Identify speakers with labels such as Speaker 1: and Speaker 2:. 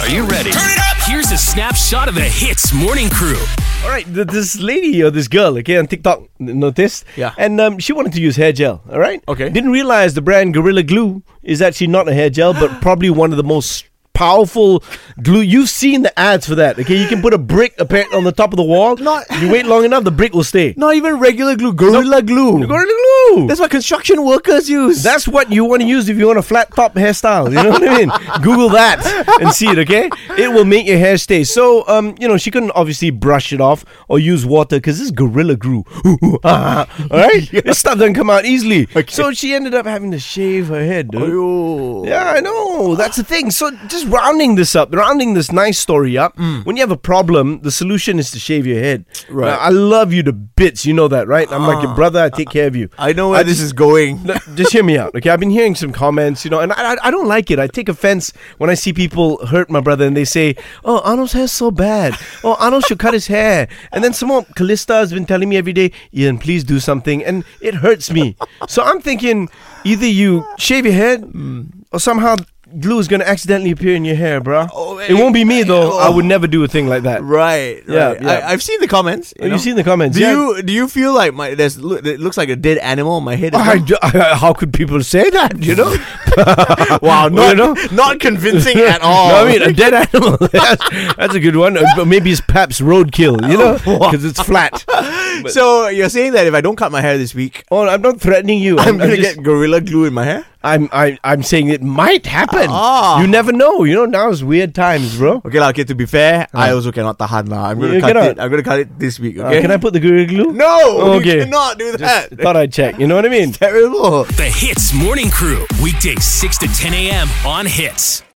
Speaker 1: Are you ready?
Speaker 2: Turn it up!
Speaker 1: Here's a snapshot of the Hits Morning Crew.
Speaker 3: All right, th- this lady or this girl, okay, on TikTok n- noticed.
Speaker 4: Yeah.
Speaker 3: And um, she wanted to use hair gel, all right?
Speaker 4: Okay.
Speaker 3: Didn't realize the brand Gorilla Glue is actually not a hair gel, but probably one of the most powerful glue. You've seen the ads for that, okay? You can put a brick apparent on the top of the wall.
Speaker 4: Not-
Speaker 3: You wait long enough, the brick will stay.
Speaker 4: Not even regular glue, gorilla glue.
Speaker 3: Gorilla Glue!
Speaker 4: That's what construction workers use.
Speaker 3: That's what you want to use if you want a flat top hairstyle. You know what I mean? Google that and see it, okay? It will make your hair stay. So, um, you know, she couldn't obviously brush it off or use water because this gorilla grew. All right? This stuff doesn't come out easily. So she ended up having to shave her head, dude.
Speaker 4: Ayo.
Speaker 3: Yeah, I know. That's the thing. So just rounding this up, rounding this nice story up. When you have a problem, the solution is to shave your head.
Speaker 4: Mm. Right. Ah.
Speaker 3: Now, I love you to bits. You know that, right? I'm like your brother. I take care of you.
Speaker 4: I know where this is going.
Speaker 3: No, just hear me out, okay? I've been hearing some comments, you know, and I, I, I don't like it. I take offense when I see people hurt my brother and they say, "Oh, Arnold's hair's so bad. Oh, Arnold should cut his hair." And then someone, Callista, has been telling me every day, "Ian, please do something," and it hurts me. So I'm thinking, either you shave your head, or somehow glue is gonna accidentally appear in your hair, bruh.
Speaker 4: Oh,
Speaker 3: it won't be me though.
Speaker 4: oh.
Speaker 3: I would never do a thing like that.
Speaker 4: Right.
Speaker 3: Yeah,
Speaker 4: right.
Speaker 3: yeah.
Speaker 4: I, I've seen the comments. You
Speaker 3: Have
Speaker 4: know?
Speaker 3: you seen the comments?
Speaker 4: Do
Speaker 3: Yeah.
Speaker 4: you do you feel like my there's lo- it looks like a dead animal on my head?
Speaker 3: I d- how could people say that? You know.
Speaker 4: wow, not
Speaker 3: you know?
Speaker 4: not convincing at all.
Speaker 3: No, I mean a dead animal. that's, that's a good one. Uh, But maybe it's perhaps roadkill, you know, because it's flat.
Speaker 4: so you're saying that if I don't cut my hair this week,
Speaker 3: Oh, I'm not threatening you.
Speaker 4: I'm gonna
Speaker 3: just-
Speaker 4: get gorilla glue in my hair?
Speaker 3: I'm I, I'm saying it might happen.
Speaker 4: Ah.
Speaker 3: You never know. You know, now is weird times, bro. Uh,
Speaker 4: Okay, lah. Okay, to be fair, I also cannot tahan lah. I'm
Speaker 3: Uh-huh.
Speaker 4: gonna
Speaker 3: You
Speaker 4: cut
Speaker 3: cannot.
Speaker 4: it. I'm gonna cut it this week.
Speaker 3: Uh,
Speaker 4: Okay.
Speaker 3: can I put the gorilla glue?
Speaker 4: No.
Speaker 3: Okay.
Speaker 4: You cannot do that.
Speaker 3: Thought I'd check. You know what I mean?
Speaker 4: Terrible.
Speaker 1: The Hits Morning Crew, weekdays 6 to 10 a.m. on Hits.